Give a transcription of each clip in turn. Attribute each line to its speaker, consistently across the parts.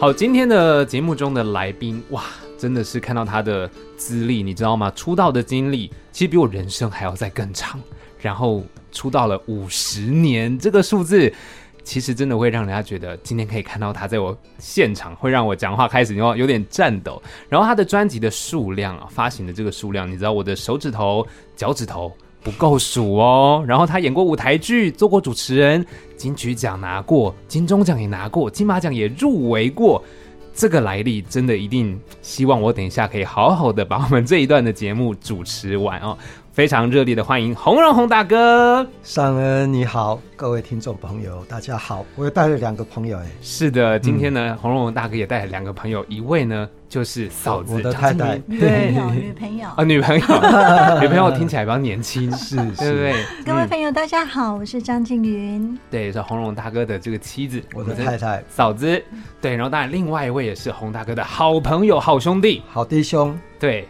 Speaker 1: 好，今天的节目中的来宾，哇，真的是看到他的资历，你知道吗？出道的经历其实比我人生还要再更长，然后出道了五十年，这个数字。其实真的会让人家觉得，今天可以看到他在我现场，会让我讲话开始有有点颤抖。然后他的专辑的数量啊，发行的这个数量，你知道我的手指头、脚趾头不够数哦。然后他演过舞台剧，做过主持人，金曲奖拿过，金钟奖也拿过，金马奖也入围过。这个来历真的一定希望我等一下可以好好的把我们这一段的节目主持完哦。非常热烈的欢迎洪荣宏大哥。
Speaker 2: 尚恩你好，各位听众朋友，大家好。我又带了两个朋友哎，
Speaker 1: 是的，今天呢，洪荣宏大哥也带了两个朋友，一位呢就是嫂子
Speaker 2: 嗯我的太太
Speaker 1: 张静
Speaker 3: 女
Speaker 1: 怡
Speaker 3: 朋
Speaker 1: 对
Speaker 3: 友，女朋友。
Speaker 1: 啊，女 朋友，女朋友听起来比较年轻，
Speaker 2: 是
Speaker 1: 对不
Speaker 2: 是，
Speaker 1: 对？
Speaker 3: 各位
Speaker 1: 嗯
Speaker 3: 朋友，大家好，我是张静云。
Speaker 1: 对，是洪荣宏大哥的这个妻子，
Speaker 2: 我的太太，
Speaker 1: 嫂子，对，然后当然另外一位也是洪大哥的好朋友、好兄弟，
Speaker 2: 好弟兄，
Speaker 1: 对，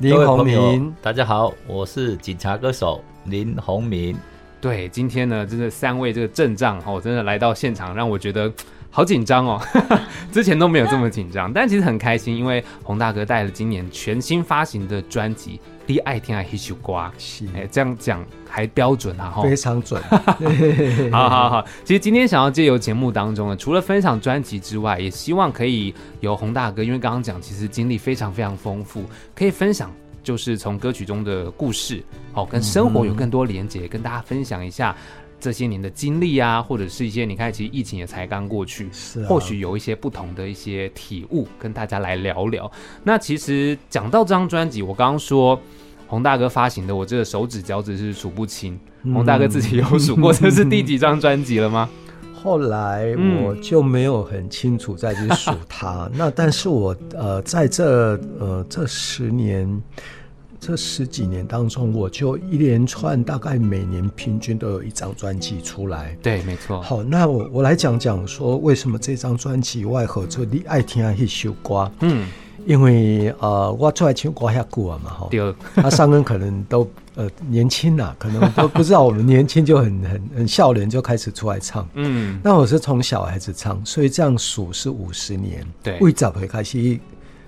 Speaker 2: 林
Speaker 4: 呃各位
Speaker 2: 宏
Speaker 4: 朋友
Speaker 2: 明
Speaker 4: 大家好，我是警察歌手林宏明。
Speaker 1: 对，今天呢，真的三位这个阵仗哦，真的来到现场，让我觉得好紧张哦， 之前都没有这么紧张，但其实很开心，因为洪大哥带了今年全新发行的专辑《你爱听爱黑手瓜》，
Speaker 2: 是
Speaker 1: 哎，这样讲还标准啊哈。
Speaker 2: 非常准，
Speaker 1: 好好好，其实今天想要借由节目当中呢，除了分享专辑之外，也希望可以由洪大哥，因为刚刚讲其实经历非常非常丰富，可以分享就是从歌曲中的故事，哦，跟生活有更多连接，跟大家分享一下这些年的经历啊，或者是一些你看，其实疫情也才刚过去，
Speaker 2: 是啊
Speaker 1: 或许有一些不同的一些体悟，跟大家来聊聊。那其实讲到这张专辑，我刚刚说洪大哥发行的，我这个手指脚趾是数不清。
Speaker 2: 嗯
Speaker 1: 洪大哥自己有数过这是第几张专辑了 吗？
Speaker 2: 后来
Speaker 1: 嗯
Speaker 2: 我就没有很清楚再去数它，那但是我呃在这呃这十年。这十几年当中，我就一连串大概每年平均都有一张专辑出来。
Speaker 1: 对，没错。
Speaker 2: 好，那我我来讲讲说为什么这张专辑外合这你爱听迄首歌，
Speaker 1: 嗯，
Speaker 2: 因为呃我出来唱歌遐久啊嘛吼，
Speaker 1: 第二，
Speaker 2: 他上恩可能都呃年轻啦， 可能都不知道我们年轻就很很很笑脸就开始出来唱。
Speaker 1: 嗯，
Speaker 2: 那我是从小孩子唱，所以这样数是五十年，
Speaker 1: 对
Speaker 2: 为早回开始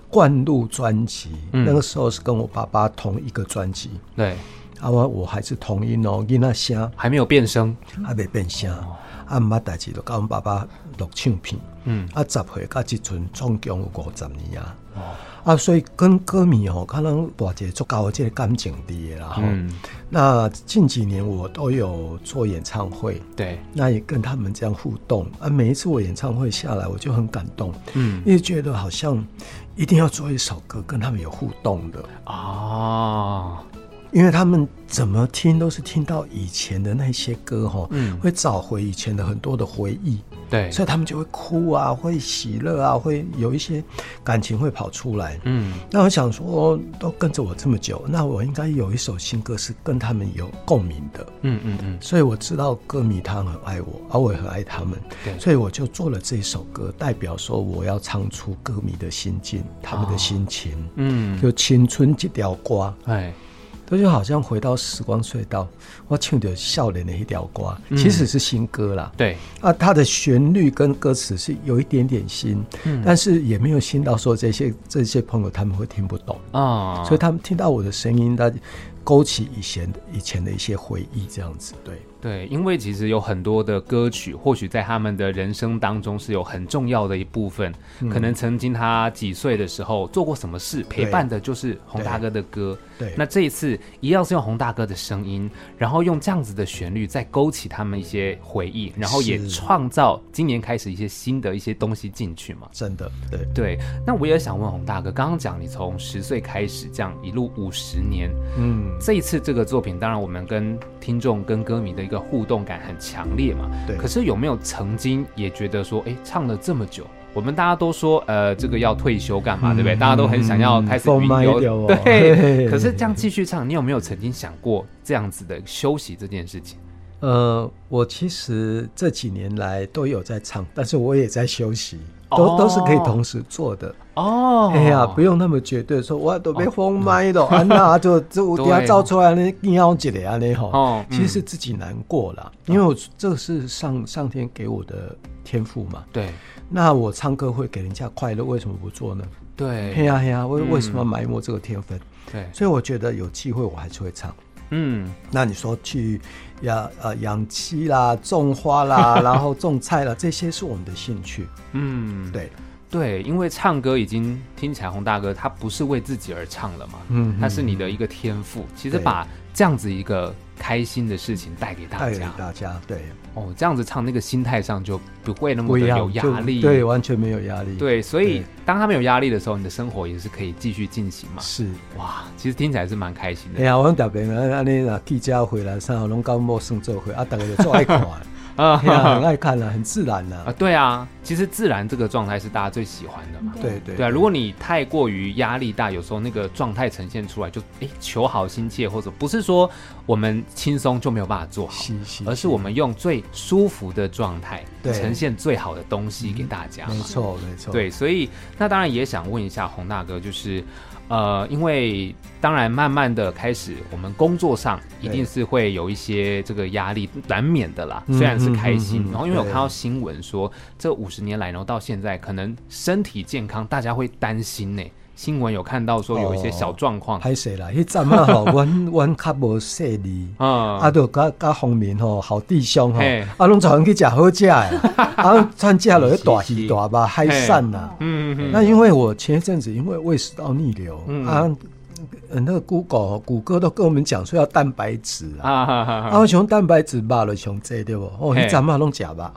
Speaker 2: 灌录专辑，
Speaker 1: 嗯
Speaker 2: 那个时候是跟我爸爸同一个专辑，
Speaker 1: 对，
Speaker 2: 啊我我还是同音哦，囡仔声
Speaker 1: 还没有变声。
Speaker 2: 还没变声，
Speaker 1: 哦
Speaker 2: 啊，毋捌代志，就甲阮爸爸录唱片。
Speaker 1: 嗯，
Speaker 2: 啊，十岁到即阵总共有五十年啊。
Speaker 1: 哦
Speaker 2: 啊，所以跟歌迷吼，可能大一个足够的这个感情伫的啦吼。
Speaker 1: 嗯，
Speaker 2: 那近几年我都有做演唱会，
Speaker 1: 对，
Speaker 2: 那也跟他们这样互动啊。每一次我演唱会下来，我就很感动，
Speaker 1: 嗯，
Speaker 2: 因为觉得好像一定要做一首歌跟他们有互动的，啊
Speaker 1: 哦，
Speaker 2: 因为他们怎么听都是听到以前的那些歌吼，
Speaker 1: 嗯
Speaker 2: 会找回以前的很多的回忆。
Speaker 1: 对，
Speaker 2: 所以他们就会哭啊，会喜乐啊，会有一些感情会跑出来。
Speaker 1: 嗯，
Speaker 2: 那我想说，都跟着我这么久，那我应该有一首新歌是跟他们有共鸣的，
Speaker 1: 嗯嗯嗯，
Speaker 2: 所以我知道歌迷他们很爱我，而、我也很爱他们
Speaker 1: 对，
Speaker 2: 所以我就做了这首歌，代表说我要唱出歌迷的心境，他们的心情，
Speaker 1: 嗯，
Speaker 2: 就青春这条歌，
Speaker 1: 哎，
Speaker 2: 它就好像回到时光隧道，我唱着笑脸的一条歌，其实是新歌啦，
Speaker 1: 对，
Speaker 2: 啊，它的旋律跟歌词是有一点点新，
Speaker 1: 嗯
Speaker 2: 但是也没有新到说这些这些朋友他们会听不懂，
Speaker 1: 啊，
Speaker 2: 所以他们听到我的声音，他勾起以前以前的一些回忆，这样子。对，
Speaker 1: 对，因为其实有很多的歌曲，或许在他们的人生当中是有很重要的一部分。
Speaker 2: 嗯
Speaker 1: 可能曾经他几岁的时候做过什么事，陪伴的就是洪大哥的歌。
Speaker 2: 对
Speaker 1: 那这一次一样是用洪大哥的声音，然后用这样子的旋律再勾起他们一些回忆，然后也
Speaker 2: 是
Speaker 1: 创造今年开始一些新的一些东西进去嘛。
Speaker 2: 真的对。
Speaker 1: 对，那我也想问洪大哥，刚刚讲你从十岁开始这样一路五十年，
Speaker 2: 嗯，
Speaker 1: 这一次这个作品，当然我们跟听众、跟歌迷的一个互动感很强烈嘛。
Speaker 2: 对
Speaker 1: 可是有没有曾经也觉得说，哎，唱了这么久，我们大家都说，呃，这个要退休干
Speaker 2: 嗯
Speaker 1: 嘛，对不对？大家都很想要开始
Speaker 2: 放
Speaker 1: 云
Speaker 2: 慢一点
Speaker 1: 游，
Speaker 2: 哦嘿嘿
Speaker 1: 对。
Speaker 2: 嘿
Speaker 1: 可是这样继续唱，你有没有曾经想过这样子的休息这件事情？
Speaker 2: 呃，我其实这几年来都有在唱，但是我也在休息，都、都是可以
Speaker 1: 哦
Speaker 2: 同时做的。
Speaker 1: 哦，
Speaker 2: 哎呀，不用那么绝对说，我都被封麦了，安娜就这五条
Speaker 1: 对
Speaker 2: 照出来呢，硬要起来呢吼。
Speaker 1: 哦，
Speaker 2: 其实是
Speaker 1: 嗯
Speaker 2: 自己难过了，因为我这是上上天给我的天赋嘛。
Speaker 1: 对
Speaker 2: 那我唱歌会给人家快乐，为什么不做呢？嘿
Speaker 1: 对
Speaker 2: 呀嘿呀，为
Speaker 1: 嗯
Speaker 2: 为什么埋没这个天分？
Speaker 1: 对，
Speaker 2: 所以我觉得有机会我还是会唱。
Speaker 1: 嗯，
Speaker 2: 那你说去养呃养鸡啦、种花 啦，然后种菜啦，这些是我们的兴趣。
Speaker 1: 嗯，
Speaker 2: 对，
Speaker 1: 对，因为唱歌已经听起来洪大哥他不是为自己而唱了嘛，
Speaker 2: 嗯
Speaker 1: 他是你的一个天赋。其实
Speaker 2: 对
Speaker 1: 把这样子一个开心的事情带给大
Speaker 2: 带给
Speaker 1: 家，
Speaker 2: 大家对
Speaker 1: 哦，这样子唱那个心态上就不会那
Speaker 2: 不
Speaker 1: 么
Speaker 2: 一
Speaker 1: 的
Speaker 2: 样
Speaker 1: 有压
Speaker 2: 就
Speaker 1: 力，
Speaker 2: 对，完全没有压力。，
Speaker 1: 对所以
Speaker 2: 对
Speaker 1: 当他没有压力的时候，你的生活也是可以继续进行嘛。
Speaker 2: 是。
Speaker 1: 哇，其实听起来是蛮开心
Speaker 2: 哎
Speaker 1: 的
Speaker 2: 呀，我特别安安尼啦，记者回来上拢搞陌生做会，啊，大家就做爱看，哎 呀， 很
Speaker 1: 啊
Speaker 2: 爱看啦，很自然啦
Speaker 1: 啊，。对啊，其实自然这个状态是大家最喜欢的嘛。
Speaker 2: 对对
Speaker 1: 对啊，如果你太过于压力大，有时候那个状态呈现出来就，诶求好心切，或者不是说我们轻松就没有办法做好，
Speaker 2: 是是，
Speaker 1: 而是我们用最舒服的状态
Speaker 2: 对
Speaker 1: 呈现最好的东西给大家嘛。
Speaker 2: 没错没错，
Speaker 1: 对，所以那当然也想问一下洪大哥，就是呃，因为当然慢慢的开始，我们工作上一
Speaker 2: 对
Speaker 1: 定是会有一些这个压力，难免的啦。
Speaker 2: 嗯
Speaker 1: 虽然是开
Speaker 2: 嗯
Speaker 1: 心，
Speaker 2: 嗯嗯
Speaker 1: 然后因为我
Speaker 2: 对
Speaker 1: 看到新闻说，这五十年来，然后到现在，可能身体健康大家会担心呢、新闻有看到说有一
Speaker 2: 哦
Speaker 1: 些小状况，
Speaker 2: 拍谁啦？迄阵 啊吼，阮阮较无势力。
Speaker 1: 嗯，
Speaker 2: 啊，都甲甲方面吼，好弟兄吼
Speaker 1: 嘿，
Speaker 2: 啊，拢找人去食 好食的，啊，全食落去大鱼大肉海产呐、
Speaker 1: 嗯嗯
Speaker 2: 那因为我前一阵子因为胃食道逆流、
Speaker 1: 嗯
Speaker 2: 啊，呃那个 Google 谷歌都跟我们讲说要蛋白质
Speaker 1: 嗯
Speaker 2: 啊，
Speaker 1: 啊哈哈哈
Speaker 2: 啊，我熊蛋白质肉了熊这对不？哦，
Speaker 1: 嘿啊
Speaker 2: 你怎么拢食吧？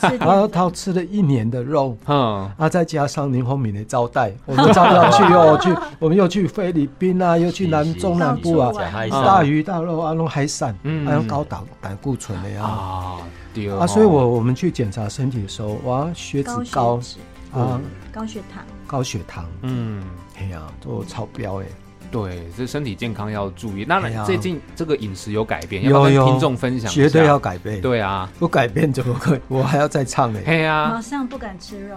Speaker 3: 是
Speaker 2: 然后他吃了一年的肉。
Speaker 1: 嗯，
Speaker 2: 啊，再加上林宏敏的招 待，我们招待去哦，去我们又去菲律宾啊，又去南中南部啊，
Speaker 3: 是是
Speaker 4: 海
Speaker 1: 嗯
Speaker 2: 大鱼大肉啊，拢海产，
Speaker 1: 嗯
Speaker 2: 啊，用高胆胆固醇的呀。
Speaker 1: 啊，对哦
Speaker 2: 啊，所以我我们去检查身体的时候，哇，血脂
Speaker 3: 高血
Speaker 2: 高
Speaker 3: 脂、
Speaker 2: 啊，
Speaker 3: 高血糖，
Speaker 2: 高血糖，
Speaker 1: 嗯。
Speaker 2: 哎呀，都超标哎。
Speaker 1: 对，这身体健康要注意。当
Speaker 2: 哎
Speaker 1: 然，
Speaker 2: 呀
Speaker 1: 最近这个饮食有改变，
Speaker 2: 有
Speaker 1: 要不要
Speaker 2: 有
Speaker 1: 跟听众分享一下
Speaker 2: 绝对要。改变。，
Speaker 1: 对啊，
Speaker 2: 不改变怎么会？我还要再唱呢。
Speaker 1: 嘿
Speaker 3: 马
Speaker 1: 啊，
Speaker 3: 上不敢吃肉，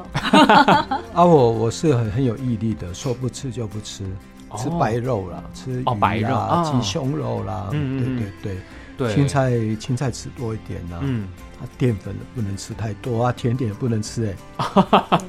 Speaker 2: 啊，我我是很很有毅力的，说不吃就不吃，
Speaker 1: 哦
Speaker 2: 吃白肉啦，吃
Speaker 1: 哦
Speaker 2: 鱼
Speaker 1: 白肉
Speaker 2: 啦
Speaker 1: 哦
Speaker 2: 鸡胸肉啦，
Speaker 1: 嗯嗯
Speaker 2: 对
Speaker 1: 嗯
Speaker 2: 对对。
Speaker 1: 对，
Speaker 2: 青，菜啊青菜吃多一点啦、
Speaker 1: 嗯，，
Speaker 2: 啊，淀粉不能吃太多啊，甜点也不能吃哎、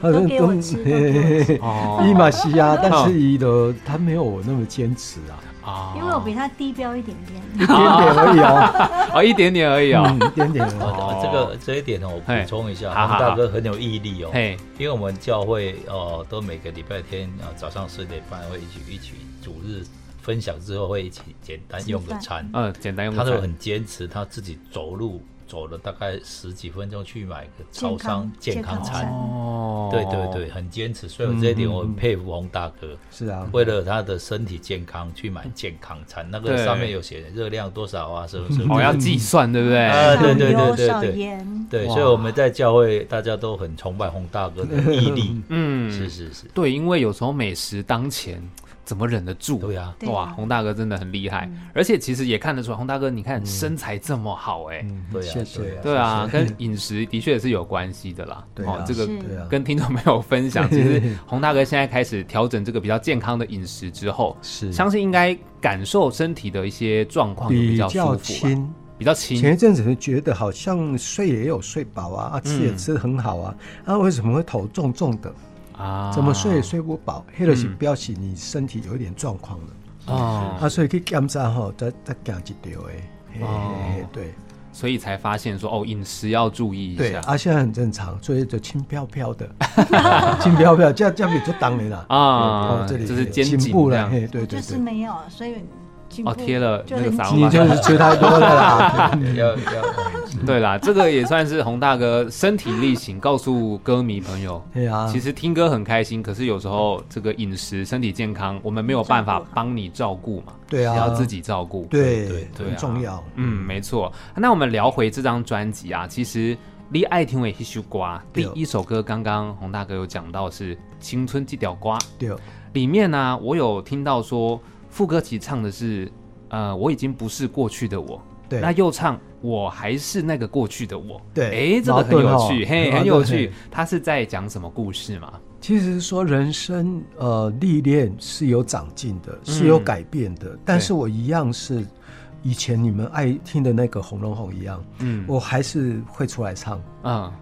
Speaker 3: 都给我吃，都给我吃
Speaker 1: 哦，
Speaker 2: 伊玛西亚，但是伊的他没有我那么坚持啊，
Speaker 1: 啊
Speaker 3: 因为我比他低标一点点。
Speaker 2: 一点点而已 哦，
Speaker 1: 哦一点点而已哦
Speaker 2: 嗯，，一点点而已。
Speaker 1: 哦
Speaker 4: 哦，这个这一点哦，我
Speaker 1: 嘿
Speaker 4: 补充一下，
Speaker 1: 好好
Speaker 4: 洪大
Speaker 1: 好
Speaker 4: 哥很有毅力哦。
Speaker 2: 嗯
Speaker 1: 嘿，
Speaker 4: 因为我们教会哦，都每个礼拜天啊、呃早上四点半会一起一起主日分享之后会一起简单用个餐，
Speaker 2: 啊
Speaker 1: 嗯，简单用
Speaker 4: 他
Speaker 1: 个
Speaker 4: 都
Speaker 1: 菜
Speaker 4: 很坚持，他自己走路走了大概十几分钟去买个
Speaker 3: 健
Speaker 4: 超商
Speaker 3: 康
Speaker 4: 健康
Speaker 3: 健康
Speaker 4: 餐，
Speaker 3: 餐
Speaker 1: 哦，
Speaker 4: 对对对，，很坚持，
Speaker 2: 嗯
Speaker 4: 所以我这一点我很佩服洪大哥。
Speaker 2: 是啊，
Speaker 4: 为了他的身体健康，去买健康餐，那个
Speaker 1: 对
Speaker 4: 上面有写热量多少啊，是不是？
Speaker 1: 哦要计算对不对？
Speaker 4: 啊 对对对
Speaker 3: 少油
Speaker 4: 对
Speaker 3: 少
Speaker 4: 对
Speaker 3: 盐，
Speaker 4: 对，
Speaker 1: 哇
Speaker 4: 所以我们在教会大家都很崇拜洪大哥的毅力。是
Speaker 1: 嗯，
Speaker 4: 是是，
Speaker 1: 对，因为有时候美食当前，怎么忍得住？
Speaker 4: 对啊，
Speaker 3: 对啊嗯
Speaker 1: 哇，洪大哥真的很厉害，而且其实也看得出来，洪大哥你
Speaker 4: 嗯
Speaker 1: 看身材这么好，哎，
Speaker 2: 嗯
Speaker 4: 对啊
Speaker 2: 谢
Speaker 4: 对
Speaker 2: 谢
Speaker 4: 啊。
Speaker 1: 对啊，跟饮食的确是有关系的啦。 哦
Speaker 2: 对啊
Speaker 1: 这个
Speaker 3: 是
Speaker 2: 对啊，
Speaker 1: 跟听众朋友分享，其实 洪大哥现在开始调整这个比较健康的饮食之后，
Speaker 2: 是
Speaker 1: 相信应该感受身体的一些状况就
Speaker 2: 比
Speaker 1: 较舒
Speaker 2: 较
Speaker 1: 服啊吧，
Speaker 2: 轻。
Speaker 1: 比较轻。
Speaker 2: 前一阵子就觉得好像睡也有睡饱啊，啊吃也
Speaker 1: 嗯
Speaker 2: 吃得很好啊，啊为什么会头重重的？
Speaker 1: 啊
Speaker 2: 怎么睡也睡不饱？黑了是
Speaker 1: 嗯
Speaker 2: 表示你身体有一点状况了。
Speaker 1: 哦，
Speaker 2: 啊，所以去检查吼，再再行一条诶。嘿
Speaker 1: 哦
Speaker 2: 嘿嘿对
Speaker 1: 所以才发现说哦，饮食要注意一
Speaker 2: 对，
Speaker 1: 下
Speaker 2: 啊，现在很正常，所以就轻飘飘的， 轻飘飘，这样这样比就当然啦。哦
Speaker 1: 啊，
Speaker 2: 这里
Speaker 1: 就是肩
Speaker 2: 颈
Speaker 1: 颈
Speaker 2: 部
Speaker 1: 这
Speaker 2: 了，
Speaker 1: 样。
Speaker 2: 嘿，对对
Speaker 3: 就是
Speaker 2: 对，
Speaker 3: 没有，所以进
Speaker 1: 哦
Speaker 3: 步
Speaker 1: 贴了
Speaker 3: 就
Speaker 1: 那个
Speaker 3: 很
Speaker 1: 撒
Speaker 3: 紧
Speaker 2: 你就是吃太多 了啦。
Speaker 4: 要要
Speaker 1: 对啦，这个也算是洪大哥身体力行，告诉歌迷朋友。
Speaker 2: 对啊，
Speaker 1: 其实听歌很开心，可是有时候这个饮食、身体健康，我们没有办法帮你照顾嘛，
Speaker 2: 啊对啊，
Speaker 1: 要自己照顾。
Speaker 2: 对
Speaker 4: 对
Speaker 1: 对
Speaker 2: 很
Speaker 1: 啊
Speaker 2: 重要。
Speaker 1: 嗯，没错。那我们聊回这张专辑啊，其实《你爱听的迄首歌》第
Speaker 2: 对
Speaker 1: 一首歌，刚刚洪大哥有讲到是《青春这条歌》，
Speaker 2: 对，
Speaker 1: 里面呢、我有听到说副歌其实唱的是，呃，我已经不是过去的我，
Speaker 2: 对
Speaker 1: 那又唱我还是那个过去的我，
Speaker 2: 对
Speaker 1: 哎，这个很
Speaker 2: 矛
Speaker 1: 有
Speaker 2: 盾哦
Speaker 1: 趣，嘿，
Speaker 2: 很
Speaker 1: 很有
Speaker 2: 矛盾
Speaker 1: 趣
Speaker 2: 嘿。
Speaker 1: 他是在讲什么故事嘛？
Speaker 2: 其实说人生呃历练是有长进的，
Speaker 1: 嗯
Speaker 2: 是有改变的，但是我一样是以前你们爱听的那个《红楼梦》一样，
Speaker 1: 嗯，
Speaker 2: 我还是会出来唱，
Speaker 1: 嗯，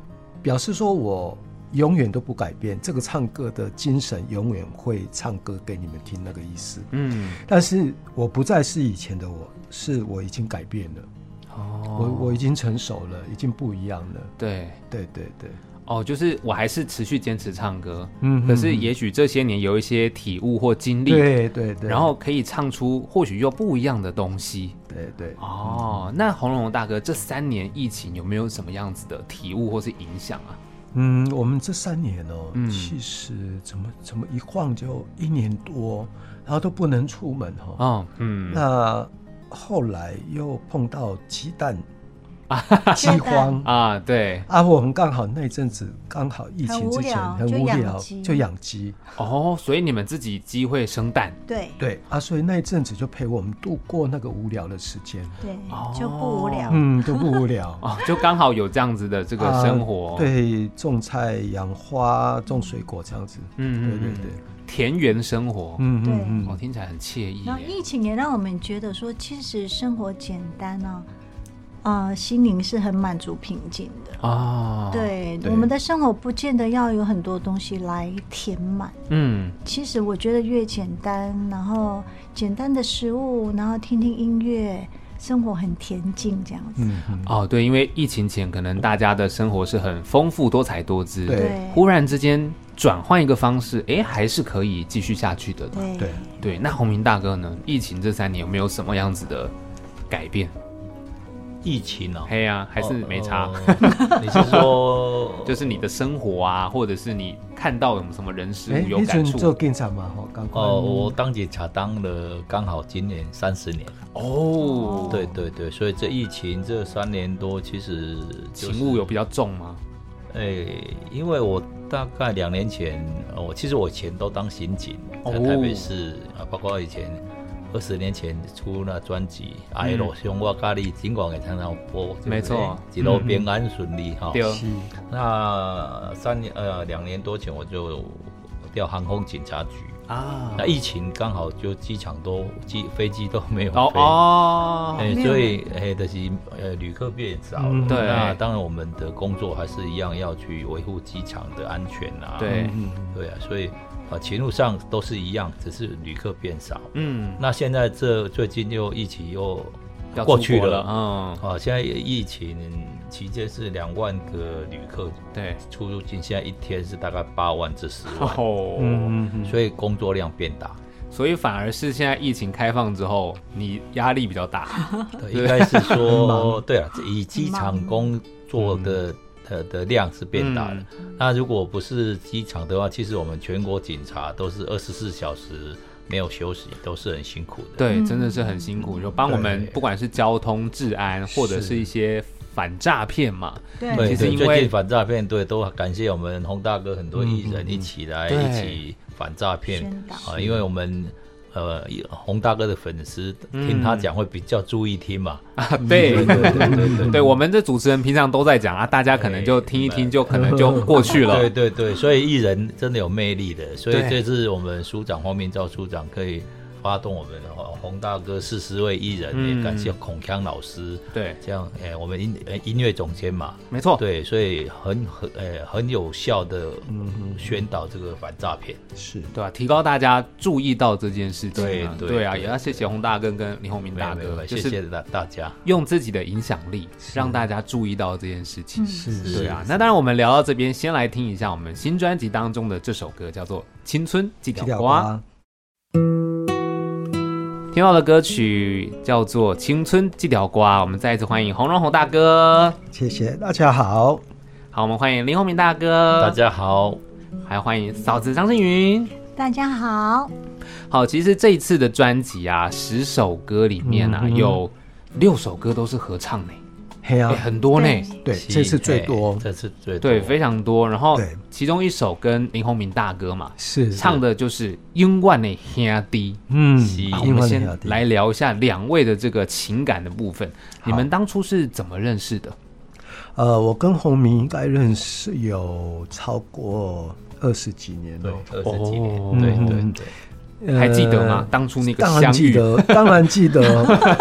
Speaker 2: 表示说我永远都不改变，这个唱歌的精神永远会唱歌给你们听那个意思。
Speaker 1: 嗯，
Speaker 2: 但是我不再是以前的我，是我已经改变了，
Speaker 1: 哦，
Speaker 2: 我我已经成熟了，已经不一样了。
Speaker 1: 对，
Speaker 2: 对对对，
Speaker 1: 哦，就是我还是持续坚持唱歌，
Speaker 2: 嗯
Speaker 1: 可是也许这些年有一些体悟或经历，
Speaker 2: 对对对，
Speaker 1: 然后可以唱出或许又不一样的东西。
Speaker 2: 对对，
Speaker 1: 哦，那红龙大哥这三年疫情有没有什么样子的体悟或是影响啊？
Speaker 2: 嗯，我们这三年哦，
Speaker 1: 嗯
Speaker 2: 其实怎么怎么一晃就一年多，然后都不能出门哈、哦。
Speaker 1: 哦，嗯，
Speaker 2: 那后来又碰到鸡 蛋饥
Speaker 3: 鸡蛋
Speaker 2: 荒
Speaker 1: 啊，对，
Speaker 2: 啊，我们刚好那一阵子刚好疫情之前
Speaker 3: 很
Speaker 2: 很
Speaker 3: 无聊
Speaker 2: 无
Speaker 3: 就养
Speaker 2: 聊
Speaker 3: 鸡，嗯
Speaker 2: 就养鸡。
Speaker 1: 哦，所以你们自己机会生蛋，
Speaker 3: 对
Speaker 2: 对啊，所以那一阵子就陪我们度过那个无聊的时间，
Speaker 3: 对
Speaker 1: 哦，
Speaker 3: 就不无聊。
Speaker 2: 嗯，都不无聊。
Speaker 1: 哦，就刚好有这样子的这个生活，
Speaker 2: 啊，对，种菜、养花、种水果这样子。
Speaker 1: 嗯
Speaker 2: 对
Speaker 1: 嗯
Speaker 2: 对
Speaker 1: 嗯
Speaker 2: 对，
Speaker 1: 田园生活，
Speaker 2: 嗯
Speaker 3: 对
Speaker 2: 嗯
Speaker 1: 哦，
Speaker 2: 嗯，
Speaker 1: 听起来很惬意
Speaker 3: 然后
Speaker 1: 耶，
Speaker 3: 疫情也让我们觉得说，其实生活简单呢、啊，呃，心灵是很满足平静的。
Speaker 1: 哦，，
Speaker 3: 对，
Speaker 2: 啊对
Speaker 3: 我们的生活不见得要有很多东西来填满。
Speaker 1: 嗯，
Speaker 3: 其实我觉得越简单，然后简单的食物，然后听听音乐，生活很恬静这样子。
Speaker 2: 嗯嗯
Speaker 1: 哦，对，因为疫情前可能大家的生活是很丰富、多彩多姿，
Speaker 2: 对
Speaker 1: 忽然之间转换一个方式，哎，还是可以继续下去的。
Speaker 3: 对
Speaker 2: 对。
Speaker 1: 对，那洪明大哥呢？疫情这三年有没有什么样子的改变？
Speaker 4: 疫情哦，
Speaker 1: 嘿呀、还是嗯没差，
Speaker 4: 哦。呃你是说
Speaker 1: 就是你的生活啊，或者是你看到有什么人事
Speaker 2: 哎，
Speaker 1: 物哦有
Speaker 2: 你
Speaker 1: 感
Speaker 2: 准做
Speaker 1: 触？
Speaker 2: 警察嘛？吼，赶快。
Speaker 4: 哦，我当警察当了刚好今年三十年，
Speaker 1: 哦，
Speaker 4: 对，对对，所以这疫情这三年多，其实就是
Speaker 1: 情物有比较重吗？
Speaker 4: 诶、因为我大概两年前，呃我、其实我以前都当刑警，在
Speaker 1: 哦
Speaker 4: 台北市啊，包括以前二十年前出那专辑《哎罗胸我咖喱》，尽管也常常播，对不对
Speaker 1: 嗯没错嗯
Speaker 4: 一路平安顺利哈。
Speaker 1: 对，
Speaker 2: 是
Speaker 4: 那三年呃两年多前我就调航空警察局，
Speaker 1: 啊
Speaker 4: 那，疫情刚好就机场都机飞机都没有飞。
Speaker 1: 哦哦，
Speaker 4: 哎、
Speaker 3: 没有
Speaker 4: 所以哎，但、就是呃，旅客变少了。
Speaker 2: 嗯
Speaker 1: 对
Speaker 4: 那当然我们的工作还是一样要去维护机场的安全啊。
Speaker 1: 对
Speaker 2: 嗯嗯
Speaker 4: 对啊，所以啊，情路上都是一样，只是旅客变少。
Speaker 1: 嗯，
Speaker 4: 那现在这最近又疫情又
Speaker 1: 要
Speaker 4: 过
Speaker 1: 出
Speaker 4: 去
Speaker 1: 国
Speaker 4: 了
Speaker 1: 嗯，
Speaker 4: 啊，现在疫情期间是两万个旅客
Speaker 1: 对，
Speaker 4: 出入境，现在一天是大概八万至十万，
Speaker 1: 哦，
Speaker 2: 嗯嗯，
Speaker 4: 所以工作量变大。
Speaker 1: 所以反而是现在疫情开放之后，你压力比较大。
Speaker 4: 对，应该是说， 对啊，以机场工作的的的量是变大的。
Speaker 1: 嗯
Speaker 4: 那如果不是机场的话，其实我们全国警察都是二十四小时没有休息，都是很辛苦的。
Speaker 1: 对，
Speaker 3: 嗯
Speaker 1: 真的是很辛苦，就帮我们
Speaker 4: 对
Speaker 1: 不管是交通治安，或者是一些反诈骗 嘛，
Speaker 3: 对
Speaker 1: 其
Speaker 4: 对
Speaker 1: 实
Speaker 4: 对，
Speaker 1: 因
Speaker 4: 最
Speaker 1: 为
Speaker 4: 近反诈骗对都感谢我们洪大哥很多艺人一起来
Speaker 1: 嗯嗯
Speaker 4: 一起反诈骗
Speaker 3: 宣导
Speaker 4: 啊，因为我们呃洪大哥的粉丝
Speaker 1: 嗯
Speaker 4: 听他讲会比较注意听嘛，
Speaker 1: 啊，对。
Speaker 4: 对对对
Speaker 1: 对，我们这主持人平常都在讲啊，大家可能就听一听，就可能就过去了。
Speaker 4: 对对对，所以艺人真的有魅力的，所以
Speaker 1: 对
Speaker 4: 这次我们署长黄明照署长可以发动我们哦洪大哥四十位艺人，
Speaker 1: 嗯
Speaker 4: 也感谢孔锵老师，
Speaker 1: 对，
Speaker 4: 这样哎、我们音呃音乐总监嘛，
Speaker 1: 没错。
Speaker 4: 对，所以很很呃、很有效的
Speaker 1: 嗯
Speaker 4: 宣导这个反诈骗。
Speaker 2: 是
Speaker 1: 对啊，提高大家注意到这件事情啊。
Speaker 4: 对对
Speaker 1: 啊，
Speaker 4: 对
Speaker 1: 也要谢谢洪大哥跟林宏明
Speaker 4: 没
Speaker 1: 嗯
Speaker 4: 有
Speaker 1: 大
Speaker 4: 没有没
Speaker 1: 哥，
Speaker 4: 有，
Speaker 1: 就
Speaker 4: 谢
Speaker 1: 是
Speaker 4: 谢大大家。
Speaker 1: 用自己的影响力让大家注意到这件事情。
Speaker 2: 是
Speaker 1: 对啊，那当然，我们聊到这边，先来听一下我们新专辑当中的这首歌，叫做《青春记条
Speaker 2: 踢掉
Speaker 1: 瓜》。
Speaker 2: 瓜，
Speaker 1: 听到的歌曲叫做《青春这条瓜》，我们再一次欢迎洪荣宏大哥，
Speaker 2: 谢谢大家好，
Speaker 1: 好，我们欢迎林宏明大哥，
Speaker 4: 大，家好，
Speaker 1: 还有欢迎嫂子张震云。
Speaker 3: 大家好，
Speaker 1: 好，其实这一次的专辑啊，十首歌里面啊，
Speaker 2: 嗯哼
Speaker 1: 有六首歌都是合唱呢、
Speaker 2: 嘿啊
Speaker 1: 哎，很哎多呢，
Speaker 2: 对，
Speaker 3: 对
Speaker 4: 七
Speaker 2: 这次最
Speaker 4: 嘿
Speaker 2: 多，
Speaker 4: 哎这次最多，
Speaker 1: 对，非常多。然后
Speaker 2: 对
Speaker 1: 其中一首跟林宏明大哥嘛，
Speaker 2: 是
Speaker 1: 唱，的就是《英万的兄弟》。
Speaker 2: 嗯
Speaker 4: 西
Speaker 1: 好，我
Speaker 2: 英
Speaker 1: 们
Speaker 2: 文
Speaker 1: 先
Speaker 2: 很好听
Speaker 1: 来聊一下两位的这个情感的部分。你
Speaker 2: 好
Speaker 1: 们当初是怎么认识的？
Speaker 2: 呃，我跟洪明应该认识有超过二十几年
Speaker 4: 对
Speaker 2: 了。，
Speaker 4: 二十几年，
Speaker 1: 哦
Speaker 4: 对
Speaker 2: 嗯
Speaker 4: 对对，
Speaker 1: 还记得吗
Speaker 2: 呃？？
Speaker 1: 当初那个
Speaker 2: 当然
Speaker 1: 相
Speaker 2: 记
Speaker 1: 遇，
Speaker 2: 得，当然 记得。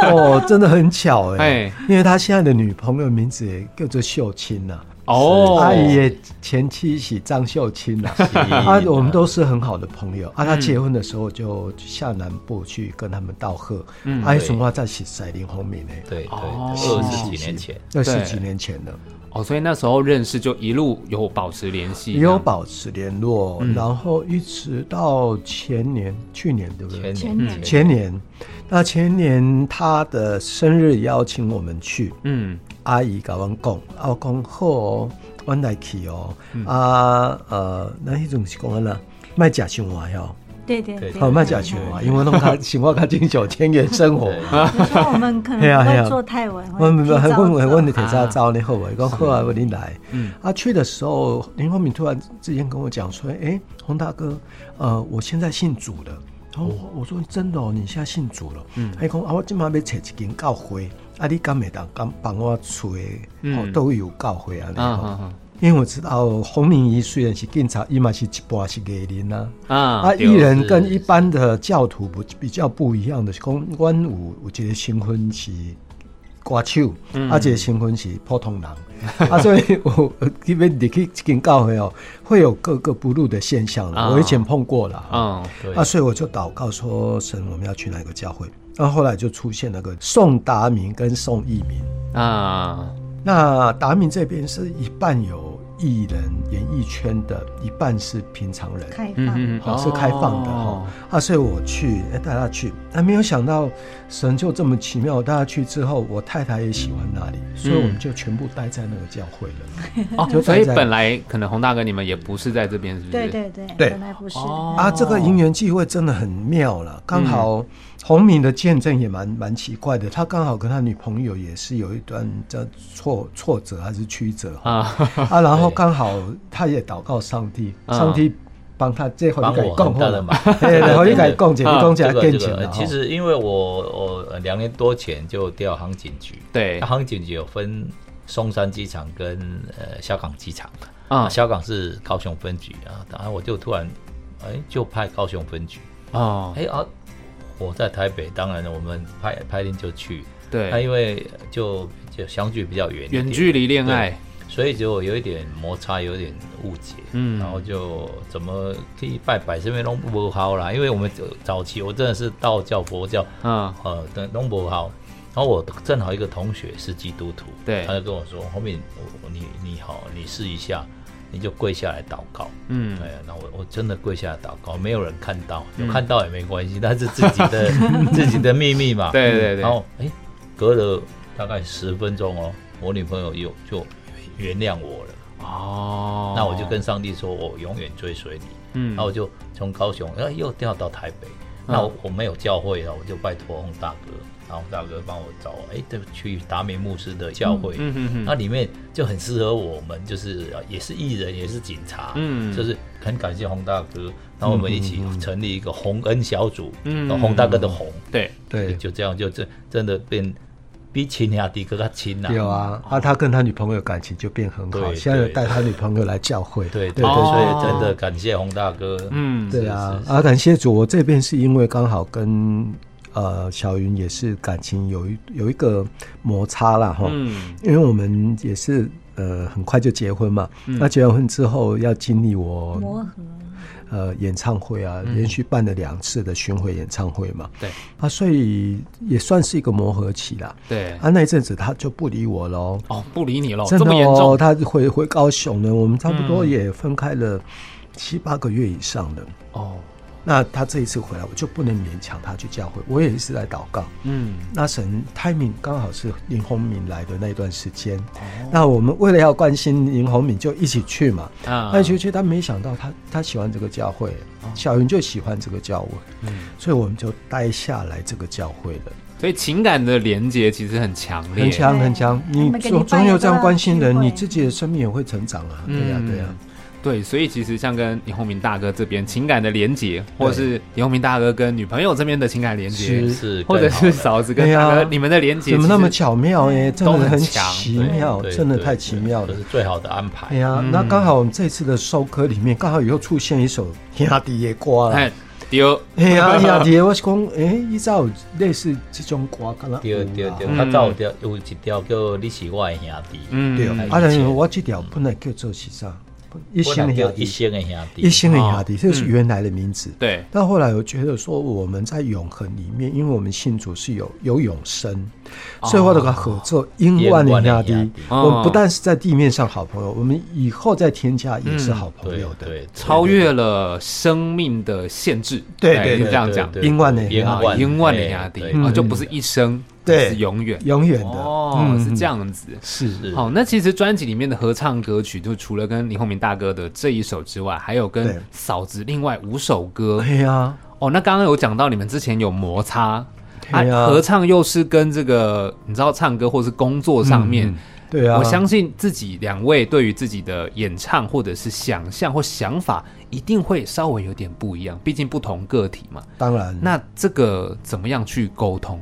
Speaker 2: 哦，真的很巧哎、
Speaker 1: 哎，
Speaker 2: 因为他现在的女朋友的名字也叫做秀清呐、
Speaker 1: 哦，
Speaker 2: 阿姨也前妻是张秀清 呐、啊。啊，我们都是很好的朋友啊。他
Speaker 1: 嗯
Speaker 2: 结婚的时候就下南部去跟他们道贺，
Speaker 1: 嗯
Speaker 2: 阿姨
Speaker 4: 对
Speaker 2: 什么在洗赛林后面呢？
Speaker 4: 对对，对
Speaker 1: 哦
Speaker 4: 二
Speaker 2: 是
Speaker 4: 十几
Speaker 2: 是
Speaker 4: 年
Speaker 2: 是
Speaker 4: 前，
Speaker 2: 二十
Speaker 1: 对
Speaker 2: 几年前了。
Speaker 1: 哦，所以那时候认识就一路有保持联系，
Speaker 2: 也有保持联络，
Speaker 1: 嗯
Speaker 2: 然后一直到前年，去年对不
Speaker 1: 嗯
Speaker 2: 对？
Speaker 4: 前
Speaker 3: 年
Speaker 4: 年
Speaker 2: 前年，那前年他的生日邀请我们去，
Speaker 1: 这样，嗯，
Speaker 2: 阿姨甲阮讲，啊我讲好哦，阮来去哦，
Speaker 4: 嗯
Speaker 2: 啊呃，咱迄阵是讲安那，卖食伤晚哦，
Speaker 3: 对对
Speaker 4: 对
Speaker 3: 对，
Speaker 2: 好卖食
Speaker 3: 假
Speaker 2: 伤
Speaker 3: 球
Speaker 4: 对
Speaker 2: 晚，因为弄 较想我较真小田园生活
Speaker 4: 对。
Speaker 3: 有时候我们可 能
Speaker 2: 嘿啊
Speaker 3: 不
Speaker 2: 嘿啊
Speaker 3: 会做泰文，
Speaker 2: 我们
Speaker 3: 提
Speaker 2: 还
Speaker 3: 早
Speaker 2: 问问
Speaker 3: 走
Speaker 2: 问你铁砂招你好不好？讲好啊，我你来。
Speaker 1: 嗯
Speaker 2: 啊，去的时候林宏敏突然之间跟我讲说：“哎、洪大哥，呃，我现在信主了。”然后我我说：“真的哦，你现在信主了？”嗯，他讲：“啊，我今晚要找一间教会，啊，你敢袂当敢帮我找的？
Speaker 1: 嗯
Speaker 2: 哦，都有教会啊。”
Speaker 1: 啊
Speaker 2: 吼，
Speaker 1: 哈
Speaker 2: 因为我知道洪敏仪虽然是警察，伊嘛是一般是艺人啊。
Speaker 1: 哈啊
Speaker 2: 啊，
Speaker 1: 对
Speaker 2: 艺人跟
Speaker 4: 是
Speaker 2: 一般的教徒不比较不一样的是，讲阮有有一个新婚是歌手，
Speaker 1: 嗯
Speaker 2: 啊，一个新婚是普通人，啊，所以有基本入去一间教会哦， 会有各个不入的现象啦
Speaker 1: 啊
Speaker 2: 我以前碰过了，
Speaker 1: 嗯，
Speaker 2: 啊，
Speaker 4: 对
Speaker 2: 啊，所以我就祷告说，神，我们要去哪个教会？然后后来就出现那个宋达明跟宋义明，
Speaker 1: 啊，
Speaker 2: 那达明这边是一半有艺人演艺圈的，一半是平常人。
Speaker 3: 开放，
Speaker 1: 嗯嗯，
Speaker 4: 哦
Speaker 2: 好、哦是开放的哈、
Speaker 1: 哦
Speaker 2: 啊，所以我去哎带他去，那、没有想到神就这么奇妙，带他去之后，我太太也喜欢那里，
Speaker 4: 嗯
Speaker 2: 所以我们就全部待在那个教会了。
Speaker 1: 哦，
Speaker 2: 就
Speaker 1: 所以
Speaker 2: 待在
Speaker 1: 本来可能洪大哥你们也不是在这边，是不是？
Speaker 3: 对对对，
Speaker 2: 嗯对
Speaker 3: 本来不是，
Speaker 1: 哦
Speaker 2: 啊，这个因缘际会真的很妙
Speaker 4: 嗯
Speaker 2: 了，刚好洪敏的见证也蛮蛮奇怪的，他刚好跟他女朋友也是有一段叫挫挫折还是曲折哈
Speaker 1: 啊，
Speaker 2: 啊，然后刚好他也祷告上帝，
Speaker 1: 嗯
Speaker 2: 上帝帮他这回
Speaker 4: 帮
Speaker 2: 改
Speaker 4: 我
Speaker 2: 供
Speaker 4: 很大的忙。
Speaker 2: 哎，然后你改供解，你
Speaker 1: 啊
Speaker 2: 供解
Speaker 4: 嗯这个
Speaker 2: 更
Speaker 4: 这
Speaker 2: 钱了
Speaker 4: 个，
Speaker 2: 哈。
Speaker 4: 其实因为我我两年多前就调航警局，
Speaker 1: 对
Speaker 4: 那，
Speaker 2: 啊
Speaker 4: 航警局有分松山机场跟呃小港机场，
Speaker 1: 啊
Speaker 4: 啊，小港是高雄分局啊，然后我就突然哎就派高雄分局，
Speaker 1: 哦，
Speaker 4: 哎啊，我在台北，当然我们派派令就去，那
Speaker 1: 对，
Speaker 4: 因为就就相距比较远，
Speaker 1: 远距离恋爱，
Speaker 4: 所以就有一点摩擦，有一点误解，
Speaker 1: 嗯
Speaker 2: 哦
Speaker 4: 然后就怎么可以拜拜这边弄不好啦，因为我们早期我真的是道教、佛教，
Speaker 1: 嗯，
Speaker 4: 呃，等弄不好。然后我正好一个同学是基督徒，
Speaker 1: 对
Speaker 4: 他就跟我说，后面我你你好，你试一下，你就跪下来祷告。
Speaker 1: 嗯
Speaker 4: 对，那我我真的跪下来祷告，没有人看到，
Speaker 1: 嗯
Speaker 4: 有看到也没关系，但是自己 的自己的秘密嘛。
Speaker 1: 对
Speaker 2: 嗯
Speaker 1: 对对
Speaker 4: 然后哎，隔了大概十分钟哦，我女朋友又就原谅我了。
Speaker 1: 哦，
Speaker 4: 那我就跟上帝说，我永远追随你。
Speaker 1: 嗯，
Speaker 4: 那我就从高雄，哎，又调到台北。那我我没有教会啊了，我就拜托洪大哥，然后洪大哥帮我找，哎，对，去达明牧师的教会。
Speaker 1: 嗯嗯
Speaker 4: 那里面就很适合我们，就是呃也是艺人，也是警察，
Speaker 1: 嗯
Speaker 4: 就是很感谢洪大哥，然后我们一起成立一个洪恩小组，
Speaker 1: 嗯
Speaker 4: 呃洪大哥的洪，
Speaker 1: 对，
Speaker 2: 对，
Speaker 4: 就这样就真真的变比亲兄弟更加亲
Speaker 2: 有
Speaker 4: 了。
Speaker 2: 啊，啊，他跟他女朋友感情就变很好，
Speaker 4: 对
Speaker 2: 现在有
Speaker 4: 对
Speaker 2: 带他女朋友来教会，
Speaker 4: 对对
Speaker 2: 对
Speaker 4: 对，
Speaker 1: 哦
Speaker 4: 所以真的感谢洪大哥。
Speaker 1: 嗯，
Speaker 2: 对啊
Speaker 4: 是，是
Speaker 2: 啊，感谢主，我这边是因为刚好跟呃小云也是感情有一有一个摩擦啦哈，
Speaker 1: 嗯，
Speaker 2: 因为我们也是呃很快就结婚嘛，
Speaker 4: 嗯
Speaker 2: 那结完婚之后要经历我
Speaker 3: 磨合，
Speaker 2: 呃演唱会啊，
Speaker 4: 嗯
Speaker 2: 连续办了两次的巡回演唱会嘛，
Speaker 1: 对
Speaker 2: 啊，所以也算是一个磨合期啦。
Speaker 1: 对，
Speaker 2: 啊，那一阵子他就不理我喽，
Speaker 1: 哦，不理你了，
Speaker 2: 真
Speaker 1: 这
Speaker 2: 的
Speaker 1: 么严
Speaker 2: 哦，
Speaker 1: 重，嗯
Speaker 2: 他回回高雄呢，我们差不多也分开了七八个月以上的。
Speaker 1: 哦，
Speaker 2: 那他这一次回来，我就不能勉强他去教会，我也是在祷告。
Speaker 1: 嗯，
Speaker 2: 那神 timing 刚好是林宏敏来的那段时间，
Speaker 1: 哦
Speaker 2: 那我们为了要关心林宏敏，就一起去嘛。
Speaker 1: 啊哦
Speaker 2: 那一起去，他没想到他他喜欢这个教
Speaker 1: 嗯
Speaker 2: 会，小云就喜欢这个教会，所以我们就待下来这个教会了。
Speaker 1: 所以情感的连接其实很强烈，
Speaker 2: 很强
Speaker 3: 对
Speaker 2: 很强。你
Speaker 3: 每个礼
Speaker 2: 总
Speaker 3: 拜
Speaker 2: 总
Speaker 3: 有
Speaker 2: 有
Speaker 3: 都
Speaker 2: 这样
Speaker 3: 要
Speaker 2: 关心
Speaker 3: 聚
Speaker 2: 人，你
Speaker 3: 会
Speaker 2: 自己的生命也会成长啊。
Speaker 1: 嗯
Speaker 2: 对呀、对呀、
Speaker 1: 对，所以其实像跟李鸿明大哥这边情感的连结，或者是李鸿明大哥跟女朋友这边的情感连结，
Speaker 2: 是
Speaker 4: 是
Speaker 1: 或者
Speaker 4: 更好
Speaker 1: 是
Speaker 4: 的
Speaker 1: 嫂子跟
Speaker 2: 对
Speaker 1: 大
Speaker 2: 啊
Speaker 1: 哥你们的连结，
Speaker 2: 怎么那么
Speaker 1: 其实
Speaker 2: 巧妙耶？真
Speaker 1: 都
Speaker 2: 的
Speaker 1: 很
Speaker 2: 很
Speaker 1: 强
Speaker 2: 奇
Speaker 1: 对
Speaker 2: 妙，
Speaker 4: 对
Speaker 2: 哦真的
Speaker 4: 对
Speaker 2: 太
Speaker 4: 对
Speaker 2: 奇妙
Speaker 4: 这
Speaker 2: 了
Speaker 4: 是。最好的安排。
Speaker 2: 哎呀，那刚好我们这次的收割里面，刚好又出现一首《天下第一歌》啦
Speaker 1: 哎。，丢，
Speaker 2: 哎呀，哎呀，第一我是讲，哎，依照类似这种歌，敢若
Speaker 4: 对对
Speaker 2: 有啦
Speaker 4: 对，
Speaker 1: 嗯
Speaker 4: 较早有条有一条叫你是我的兄弟，
Speaker 1: 嗯，
Speaker 2: 对，
Speaker 4: 嗯
Speaker 2: 啊，
Speaker 4: 以
Speaker 2: 但是
Speaker 4: 前
Speaker 2: 我这条本来叫做是啥？一
Speaker 4: 我那
Speaker 2: 心的
Speaker 4: 叫
Speaker 2: 兄
Speaker 4: 一
Speaker 2: 弟，
Speaker 4: 生的兄弟，
Speaker 2: 一心的
Speaker 1: 哦
Speaker 2: 兄弟，这是
Speaker 1: 嗯
Speaker 2: 原来的名字。
Speaker 1: 对，
Speaker 2: 到后来，我觉得说我们在永恒里面，因为我们信主是有有永生，所以我的合作英万的压
Speaker 4: 永
Speaker 2: 低
Speaker 4: 远的兄弟，
Speaker 1: 哦
Speaker 2: 我们不但是在地面上好朋友，我们以后在天下也是好朋
Speaker 4: 哦对
Speaker 2: 友的。
Speaker 4: 对，
Speaker 1: 超越了生命的限制，
Speaker 2: 对
Speaker 1: 哎
Speaker 2: 对
Speaker 1: 这样讲，
Speaker 2: 英万的兄
Speaker 1: 啊，
Speaker 4: 英
Speaker 1: 英万的压低
Speaker 4: 对
Speaker 1: 啊，
Speaker 2: 嗯
Speaker 1: 就不是一生，
Speaker 2: 对
Speaker 1: 是永远，
Speaker 2: 永远的嗯
Speaker 1: 哦，是这，样子，
Speaker 2: 是
Speaker 4: 是
Speaker 1: 好，那其实专辑里面的合唱歌曲，就除了跟李鸿明大哥的这一首之外，还有跟
Speaker 2: 对哎
Speaker 1: 嫂子另外五首歌。
Speaker 2: 对呀，
Speaker 1: 哦，那刚刚有讲到你们之前有摩擦，啊
Speaker 2: 对，啊
Speaker 1: 合唱又是跟这个你知道唱歌或是工作上面，
Speaker 2: 嗯对啊呀，
Speaker 1: 我相信自己两位对于自己的演唱或者是想象或想法，一定会稍微有点不一样，毕竟不同个体嘛。
Speaker 2: 当然，那
Speaker 1: 那这个怎么样去沟通？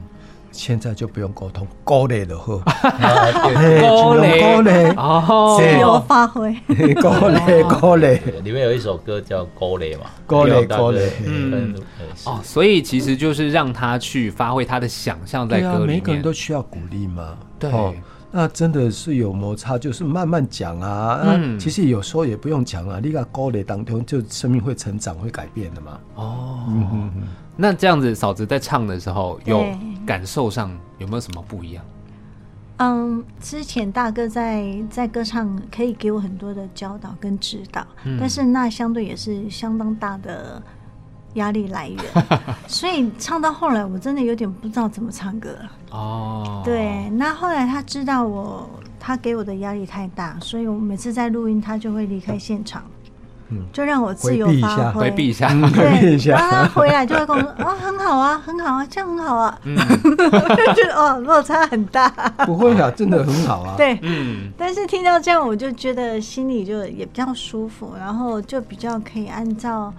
Speaker 2: 现在就不用沟通，勾勒的好，
Speaker 4: 啊对
Speaker 2: 嘿
Speaker 1: 勾勒
Speaker 2: 尽量勾勒，
Speaker 1: 哦，
Speaker 2: 对
Speaker 3: 自由发挥，
Speaker 2: 嘿勾勒勾勒，
Speaker 4: 对里面有一首歌叫《勾勒》嘛，
Speaker 2: 勾勒勾勒
Speaker 4: 嗯，
Speaker 1: 嗯
Speaker 4: 跟
Speaker 1: 哦，，所以其实就是让他去发挥他的想象在
Speaker 2: 对啊，
Speaker 1: 歌
Speaker 2: 每
Speaker 1: 里
Speaker 2: 个人
Speaker 1: 面。
Speaker 2: 都需要鼓励嘛，
Speaker 1: 对
Speaker 2: 哦那真的是有摩擦，就是慢慢讲啊。
Speaker 1: 嗯
Speaker 2: 那其实有时候也不用讲啊，你个高垒当中，就生命会成长，会改变的嘛。
Speaker 1: 哦，那这样子，嫂子在唱的时候有
Speaker 3: 对
Speaker 1: 感受上有没有什么不一样？
Speaker 3: 嗯，之前大哥在在歌唱可以给我很多的教导跟指导，
Speaker 2: 嗯
Speaker 3: 但是那相对也是相当大的压力来源， 所以唱到后来我真的有点不知道怎么唱歌了。
Speaker 1: 哦，
Speaker 3: 对，那后来他知道我，他给我的压力太大，所以我每次在录音，他就会离开现场，
Speaker 2: 嗯
Speaker 3: 就让我自
Speaker 2: 回
Speaker 3: 由
Speaker 2: 避一
Speaker 3: 发
Speaker 2: 下
Speaker 3: 挥，
Speaker 1: 回避一下，
Speaker 2: 回避一
Speaker 3: 对，
Speaker 2: 下
Speaker 3: 然后他回来就会跟我说啊，很好啊，很好啊，这样很好啊，
Speaker 2: 嗯
Speaker 3: 就哦，落差很大，
Speaker 2: 不会 啊，真的很好啊。，
Speaker 3: 对。
Speaker 1: 嗯，
Speaker 3: 但是听到这样，我就觉得心里就也比较舒服，然后就比较可以按照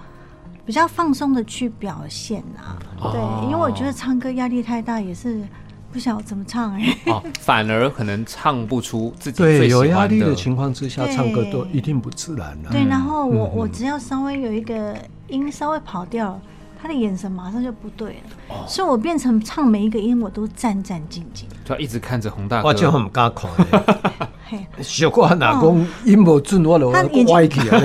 Speaker 3: 比较放松的去表现啊。
Speaker 1: 哦
Speaker 3: 对，因为我觉得唱歌压力太大，也是不晓得怎么唱哎、
Speaker 1: 哦，反而可能唱不出自己最
Speaker 2: 对，
Speaker 1: 喜
Speaker 2: 有压
Speaker 1: 欢
Speaker 2: 力的
Speaker 1: 的。
Speaker 2: 情况之下，唱歌都
Speaker 3: 对
Speaker 2: 一定不自然啊。
Speaker 3: 对，然后
Speaker 1: 嗯
Speaker 3: 我、我只要稍微有一个音稍微跑掉了，他的眼神马上就不对了，
Speaker 1: 哦
Speaker 3: 所以我变成唱每一个音我都战战兢兢。
Speaker 1: 就要一直看着洪大
Speaker 2: 我
Speaker 1: 哥，
Speaker 2: 就很敢看 的，
Speaker 3: 嘿，
Speaker 2: 小可哪公音无准我就
Speaker 3: 哦他眼睛
Speaker 2: 歪去啊，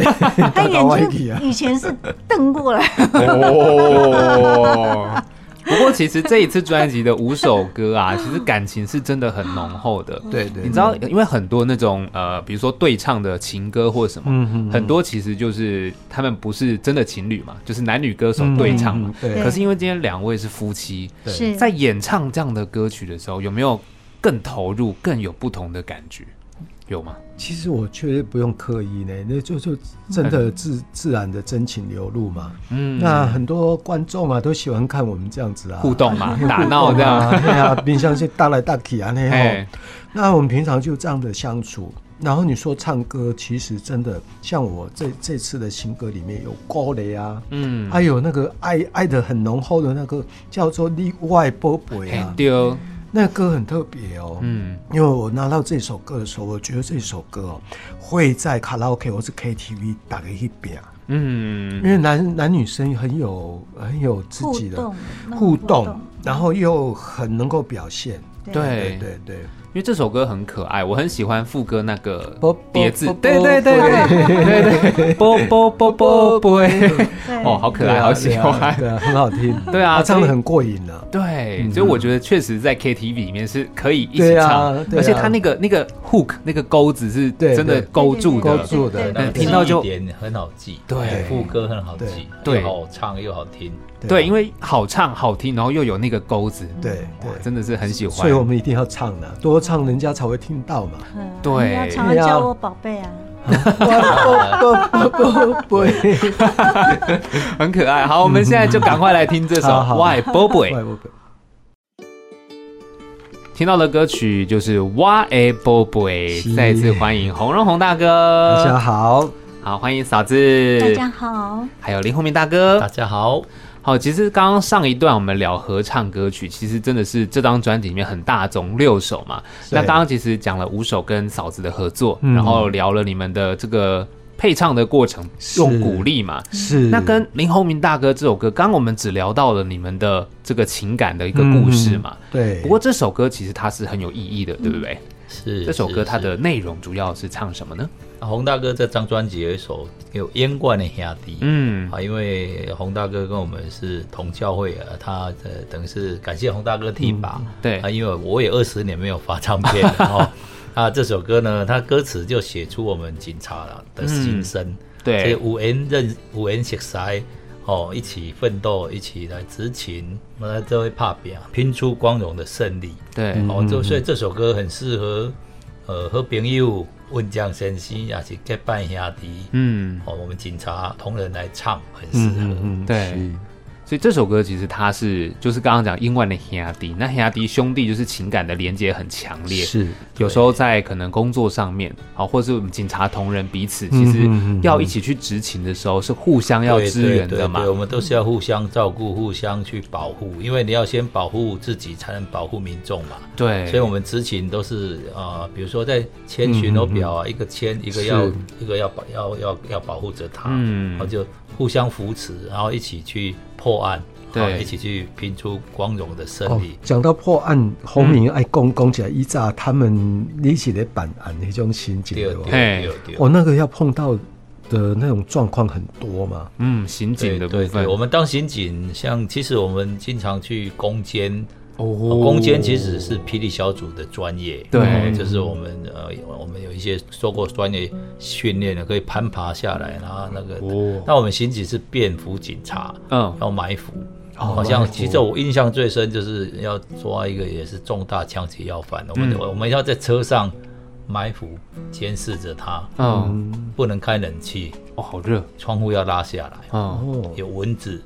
Speaker 3: 他
Speaker 2: 搞歪
Speaker 3: 眼
Speaker 2: 去
Speaker 3: 睛
Speaker 2: 啊。
Speaker 3: 以前是瞪过来，
Speaker 1: 哦。不过其实这一次专辑的五首歌啊，其实感情是真的很浓厚的。
Speaker 2: 对对
Speaker 1: 你知道，因为很多那种呃，比如说对唱的情歌或什么，
Speaker 2: 嗯嗯嗯
Speaker 1: 很多其实就是他们不是真的情侣嘛，就是男女歌手对唱嘛。
Speaker 2: 嗯嗯嗯对
Speaker 1: 可是因为今天两位是夫妻，
Speaker 2: 对
Speaker 3: 是
Speaker 1: 在演唱这样的歌曲的时候，有没有更投入、更有不同的感觉？有吗？
Speaker 2: 其实我觉得不用刻意呢，那就就真的自自然的真情流露嘛。
Speaker 1: 嗯，
Speaker 2: 那很多观众啊都喜欢看我们这样子啊，
Speaker 1: 互动嘛，打闹这 样。
Speaker 2: 啊，对啊，冰箱是大来大去啊那
Speaker 1: 哎
Speaker 2: 样。那我们平常就这样的相处。然后你说唱歌，其实真的像我这这次的新歌里面有高雷啊，
Speaker 1: 嗯，
Speaker 2: 还有那个爱爱的很浓厚的那个叫做《例外波波》
Speaker 1: 嘿
Speaker 2: 啊，
Speaker 1: 丢，
Speaker 2: 那歌很特别哦。
Speaker 1: 哎嗯，
Speaker 2: 因为我拿到这首歌的时候，我觉得这首歌哦会在卡拉 OK 或是 KTV 打个一遍，因
Speaker 1: 嗯，
Speaker 2: 为男男女生很有很有自己的
Speaker 3: 互动那
Speaker 2: 互
Speaker 3: 种互
Speaker 2: 动
Speaker 3: 动，
Speaker 2: 然后又很能够表现。
Speaker 1: 对
Speaker 2: 对对对，
Speaker 1: 因为这首歌很可爱，我很喜欢副歌那个
Speaker 2: 啵
Speaker 1: 叠字
Speaker 2: 啵，
Speaker 1: 对对对对对 对，啵啵啵啵啵，
Speaker 3: 对
Speaker 1: 哦，好可爱，
Speaker 2: 对啊
Speaker 1: 好喜
Speaker 2: 对啊
Speaker 1: 欢，
Speaker 2: 对啊，很好听
Speaker 1: 。对啊
Speaker 2: 他唱
Speaker 1: 所
Speaker 2: 的
Speaker 1: 以
Speaker 2: 很过瘾啊。
Speaker 1: 对，所以我觉得确实在 KTV 里面是可以一起
Speaker 2: 对啊
Speaker 1: 唱，
Speaker 2: 对啊
Speaker 1: 而且他那个那个 hook 那个钩子是
Speaker 2: 对
Speaker 1: 真的
Speaker 2: 对
Speaker 1: 勾住
Speaker 2: 勾
Speaker 1: 的，
Speaker 2: 住的
Speaker 3: 对对
Speaker 1: 嗯
Speaker 3: 对
Speaker 1: 听到就
Speaker 4: 记忆点很好记，
Speaker 1: 对
Speaker 4: 副歌很好记，
Speaker 1: 对
Speaker 4: 又好唱又好听，
Speaker 1: 对，因
Speaker 2: 为
Speaker 1: 为好唱好听，然后又有那个钩子，
Speaker 2: 对
Speaker 1: 哇
Speaker 2: 对，
Speaker 1: 真的是很喜欢。
Speaker 2: 所以我们一定要唱的，多唱人家才会听到 嘛。
Speaker 3: 嗯
Speaker 1: 对
Speaker 3: 人家常常叫我宝贝啊，
Speaker 2: 不不 不不，
Speaker 1: 很可爱。好，我们现在就赶快来听这首
Speaker 2: 好好
Speaker 1: Why Boy。
Speaker 2: 不不。
Speaker 1: 听到的歌曲就是《哇诶 boy boy
Speaker 2: 是》，
Speaker 1: 再次欢迎洪荣宏大哥，
Speaker 2: 大家好，
Speaker 1: 好，欢迎嫂子，
Speaker 3: 大家好，
Speaker 1: 还有林宏明大哥，
Speaker 4: 大家好，
Speaker 1: 好，其实刚刚上一段我们聊合唱歌曲，其实真的是这张专辑里面很大众六首嘛。那刚刚其实讲了五首跟嫂子的合作，
Speaker 2: 嗯
Speaker 1: 然后聊了你们的这个配唱的过程，
Speaker 2: 是
Speaker 1: 用鼓励嘛。
Speaker 2: 是
Speaker 1: 那跟林宏明大哥这首歌，刚刚我们只聊到了你们的这个情感的一个故事嘛。
Speaker 2: 嗯对，
Speaker 1: 不过这首歌其实它是很有意义的，对不对？
Speaker 4: 是
Speaker 1: 这首歌它
Speaker 4: 是
Speaker 1: 的内容主要是唱什么呢？
Speaker 4: 是洪大哥这张专辑有一首有烟冠的兄弟，
Speaker 1: 嗯，
Speaker 4: 啊，因为洪大哥跟我们是同教会啊，他呃等于是感谢洪大哥提拔、
Speaker 2: 嗯
Speaker 1: 对
Speaker 4: 啊，因为我也二十年没有发唱片 了哦。啊，这首歌呢，它歌词就写出我们警察啦的心声，这
Speaker 1: 对，
Speaker 4: 五人认五人协塞哦，一起奋斗，一起来执勤，我们就会怕别拼出光荣的胜利。
Speaker 1: 对，
Speaker 2: 嗯
Speaker 4: 哦，就所以这首歌很适合呃和朋友、问江先生，也是结拜兄弟。
Speaker 1: 嗯，
Speaker 4: 哦，我们警察同仁来唱很适
Speaker 2: 嗯
Speaker 4: 合。
Speaker 2: 嗯嗯，
Speaker 1: 对所以这首歌其实它是就是刚刚讲英文的兄弟，那兄弟兄弟就是情感的连接很强烈
Speaker 2: 是，是
Speaker 1: 有时候在可能工作上面，好、或是我们警察同仁彼此，其实
Speaker 2: 嗯嗯嗯
Speaker 1: 要一起去执勤的时候是互相要
Speaker 4: 对
Speaker 1: 支援的嘛
Speaker 4: 对对对，。我们都是要互相照顾、互相去保护，因为你要先保护自己，才能保护民众嘛。
Speaker 1: 对，
Speaker 4: 所以，我们执勤都是啊、呃比如说在签巡逻表
Speaker 1: 嗯
Speaker 4: 啊，一个签，一个
Speaker 2: 是
Speaker 4: 要，一个要保，要要要保护着他，
Speaker 1: 嗯
Speaker 4: 然后就互相扶持，然后一起去破案，
Speaker 1: 对
Speaker 4: 啊一起去拼出光荣的胜
Speaker 2: 哦
Speaker 4: 利，。
Speaker 2: 讲到破案，洪明
Speaker 1: 嗯
Speaker 2: 爱讲讲起来，以前他们一起来办案那种情景
Speaker 4: 对
Speaker 2: 对吧？
Speaker 4: 对
Speaker 1: 嘿
Speaker 4: 对对
Speaker 2: 哦，那个要碰到的那种状况很多嘛，
Speaker 1: 嗯，刑警
Speaker 4: 对
Speaker 1: 的部
Speaker 4: 对
Speaker 1: 分，
Speaker 4: 对，我们当刑警，像其实我们经常去攻坚，
Speaker 1: 哦，
Speaker 4: 攻坚其实是霹雳小组的专业，
Speaker 1: 对
Speaker 4: 嗯就是我们呃，我们有一些受过专业训练的，可以攀爬下来，然后那个，
Speaker 1: 哦
Speaker 4: 那我们刑警是便服警察，
Speaker 1: 嗯
Speaker 4: 要埋伏。
Speaker 1: 哦
Speaker 4: 好像
Speaker 1: 埋伏
Speaker 4: 其实我印象最深就是要抓一个也是重大枪击要犯，我们、
Speaker 1: 嗯
Speaker 4: 我们要在车上埋伏监视着他，
Speaker 1: 嗯，
Speaker 4: 不能开冷气，
Speaker 1: 哦，好热，
Speaker 4: 窗户要拉下来，
Speaker 1: 嗯，
Speaker 2: 哦
Speaker 4: 有蚊子，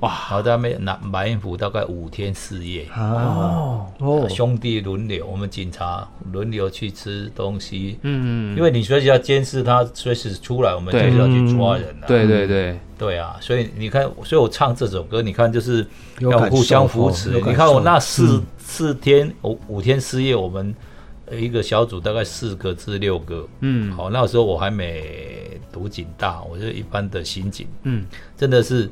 Speaker 1: 哇，
Speaker 4: 然后在那边拿埋伏大概五天四夜，
Speaker 2: 啊
Speaker 1: 哦，
Speaker 2: 哦，
Speaker 4: 兄弟轮流，我们警察轮流去吃东西，
Speaker 1: 嗯，
Speaker 4: 因为你随时要监视他，随时出来，我们就
Speaker 1: 对
Speaker 4: 是要去抓人
Speaker 2: 嗯
Speaker 4: 了、啊。
Speaker 1: 对对对，
Speaker 4: 对啊，所以你看，所以我唱这首歌，你看就是
Speaker 2: 有
Speaker 4: 要
Speaker 2: 感
Speaker 4: 互相
Speaker 2: 受
Speaker 4: 扶
Speaker 2: 哦
Speaker 4: 持。
Speaker 2: 有感
Speaker 4: 你看我
Speaker 2: 受嗯
Speaker 4: 那四、四天，五五天四夜，我们呃一个小组大概四个至六个。
Speaker 1: 嗯
Speaker 4: 好，那时候我还没读警大，我就一般的刑警，
Speaker 1: 嗯
Speaker 4: 真的是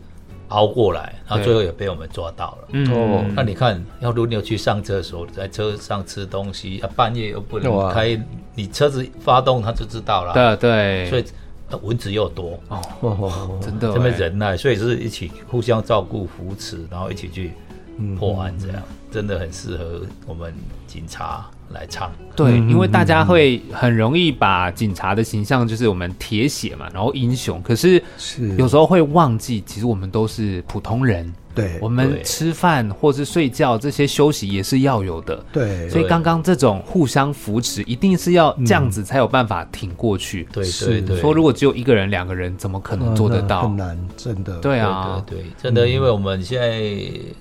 Speaker 4: 熬过来，然
Speaker 1: 对
Speaker 4: 后最后也被我们抓到了。
Speaker 1: 嗯，
Speaker 2: 哦
Speaker 4: 那你看，要轮流去上厕所，在车上吃东西，啊，半夜又不能
Speaker 2: 哇
Speaker 4: 开，你车子发动他就知道了，
Speaker 1: 的对，
Speaker 4: 所以呃蚊子又多，
Speaker 2: 哦哦 哦
Speaker 1: 真的
Speaker 4: 这么
Speaker 1: 欸
Speaker 4: 忍耐，所以是一起互相照顾、扶持，然后一起去
Speaker 1: 嗯
Speaker 4: 破案，这样真的很适合我们警察来唱。
Speaker 1: 对，
Speaker 2: 嗯
Speaker 1: 因为大家会很容易把警察的形象就是我们铁血嘛，然后英雄，可是
Speaker 2: 是
Speaker 1: 有时候会忘记，其实我们都是普通人，
Speaker 2: 对
Speaker 1: 我们
Speaker 4: 对
Speaker 1: 吃饭或是睡觉这些休息也是要有的。
Speaker 2: 对
Speaker 1: 所以刚刚这种互相扶持，一定是要这样
Speaker 2: 嗯
Speaker 1: 子才有办法挺过去。
Speaker 4: 对
Speaker 2: 是
Speaker 4: 对对，
Speaker 1: 说如果只有一个人、两个人，怎么可能
Speaker 2: 嗯
Speaker 1: 做得
Speaker 2: 那
Speaker 1: 到？
Speaker 2: 很难，真的
Speaker 1: 对
Speaker 4: 对
Speaker 1: 啊，
Speaker 4: 对对，真的，因为我们现在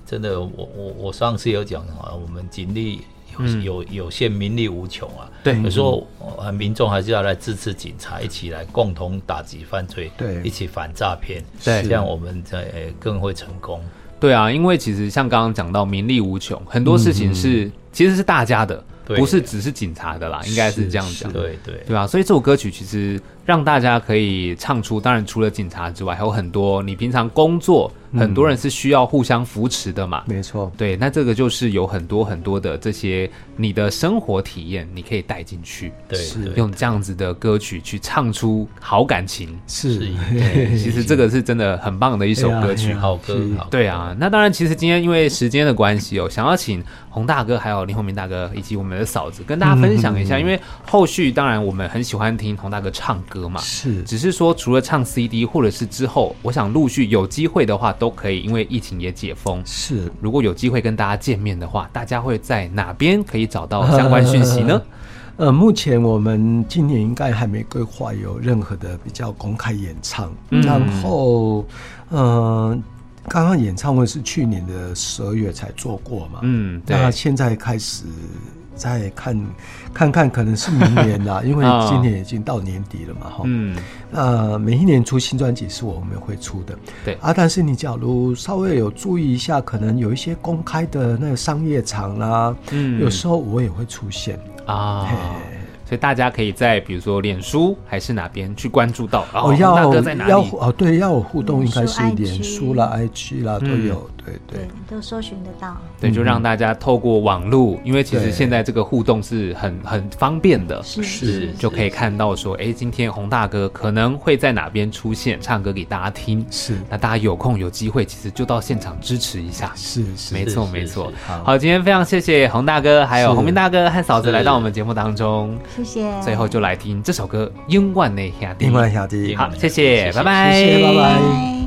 Speaker 4: 真的，我我我上次有讲啊，我们警力有有有限，民力无穷啊。
Speaker 1: 嗯对
Speaker 4: 有时候呃民众还是要来支持警察，一起来共同打击犯罪，
Speaker 2: 对
Speaker 4: 一起反诈骗，
Speaker 1: 对
Speaker 4: 这样我们才呃更会成功。
Speaker 1: 对啊，因为其实像刚刚讲到，名利无穷，很多事情是、其实是大家的，
Speaker 4: 对
Speaker 1: 不是只是警察的啦，应该是这样讲。
Speaker 4: 对对
Speaker 1: 对吧？啊所以这首歌曲其实让大家可以唱出，当然除了警察之外，还有很多你平常工作，很多人是需要互相扶持的嘛。
Speaker 2: 没错，
Speaker 1: 对，那这个就是有很多很多的这些你的生活体验，你可以带进去，
Speaker 4: 对对，
Speaker 1: 用这样子的歌曲去唱出好感情。
Speaker 2: 是
Speaker 1: 对，其实这个是真的很棒的一首歌曲。
Speaker 2: 哎呀
Speaker 4: 好歌
Speaker 2: 是
Speaker 4: 好歌。
Speaker 1: 对啊，那当然，其实今天因为时间的关系哦，想要请洪大哥、还有林宏明大哥以及我们的嫂子跟大家分享一
Speaker 2: 嗯
Speaker 1: 下，因为后续当然我们很喜欢听洪大哥唱歌嘛，
Speaker 2: 是
Speaker 1: 只是说除了唱 CD 或者是之后，我想陆续有机会的话都可以，因为疫情也解封。
Speaker 2: 是。
Speaker 1: 如果有机会跟大家见面的话，大家会在哪边可以找到相关讯息 呢？
Speaker 2: 呃，目前我们今年应该还没规划有任何的比较公开演唱，
Speaker 1: 嗯
Speaker 2: 然后，呃，刚刚演唱会是去年的十二月才做过嘛，
Speaker 1: 嗯，对，
Speaker 2: 那现在开始再看看看，可能是明 年啦，因为
Speaker 1: 啊
Speaker 2: 今年已经到年底了嘛，哈。
Speaker 1: 嗯，
Speaker 2: 那每一年出新专辑是我们会出的，
Speaker 1: 对
Speaker 2: 啊。但是你假如稍微有注意一下，可能有一些公开的那个商业场啦、
Speaker 1: 嗯
Speaker 2: 有时候我也会出现。
Speaker 1: 啊
Speaker 2: 嘿。
Speaker 1: 所以大家可以在比如说脸书还是哪边去关注到
Speaker 2: 哦，
Speaker 1: 大
Speaker 2: 要
Speaker 1: 哥在哪
Speaker 2: 要
Speaker 1: 里？
Speaker 2: 哦，对，要有互动，应该是
Speaker 3: 脸书
Speaker 2: 脸
Speaker 3: IG
Speaker 2: 书啦、IG 啦都
Speaker 1: 嗯
Speaker 2: 有，对对
Speaker 3: 对，都搜寻得到。
Speaker 1: 对，就让大家透过网络，因为其实
Speaker 2: 对
Speaker 1: 现在这个互动是很很方便的，
Speaker 3: 是
Speaker 2: 是
Speaker 1: 就可以看到说，哎，今天洪大哥可能会在哪边出现，唱歌给大家听。
Speaker 2: 是
Speaker 1: 那大家有空有机会，其实就到现场支持一下。
Speaker 2: 是是，
Speaker 1: 没错，
Speaker 4: 是
Speaker 1: 没错。
Speaker 2: 是好
Speaker 1: 好，今天非常谢谢洪大哥，还有
Speaker 2: 是
Speaker 1: 洪明大哥和嫂子
Speaker 4: 是
Speaker 1: 来到我们节目当中。
Speaker 3: 谢谢。
Speaker 1: 最后就来听这首歌《英万内下地
Speaker 2: 另》。外一下第一，
Speaker 1: 好，谢
Speaker 4: 谢
Speaker 1: 谢，
Speaker 4: 谢
Speaker 1: 拜拜，
Speaker 2: 谢谢拜拜
Speaker 3: 拜。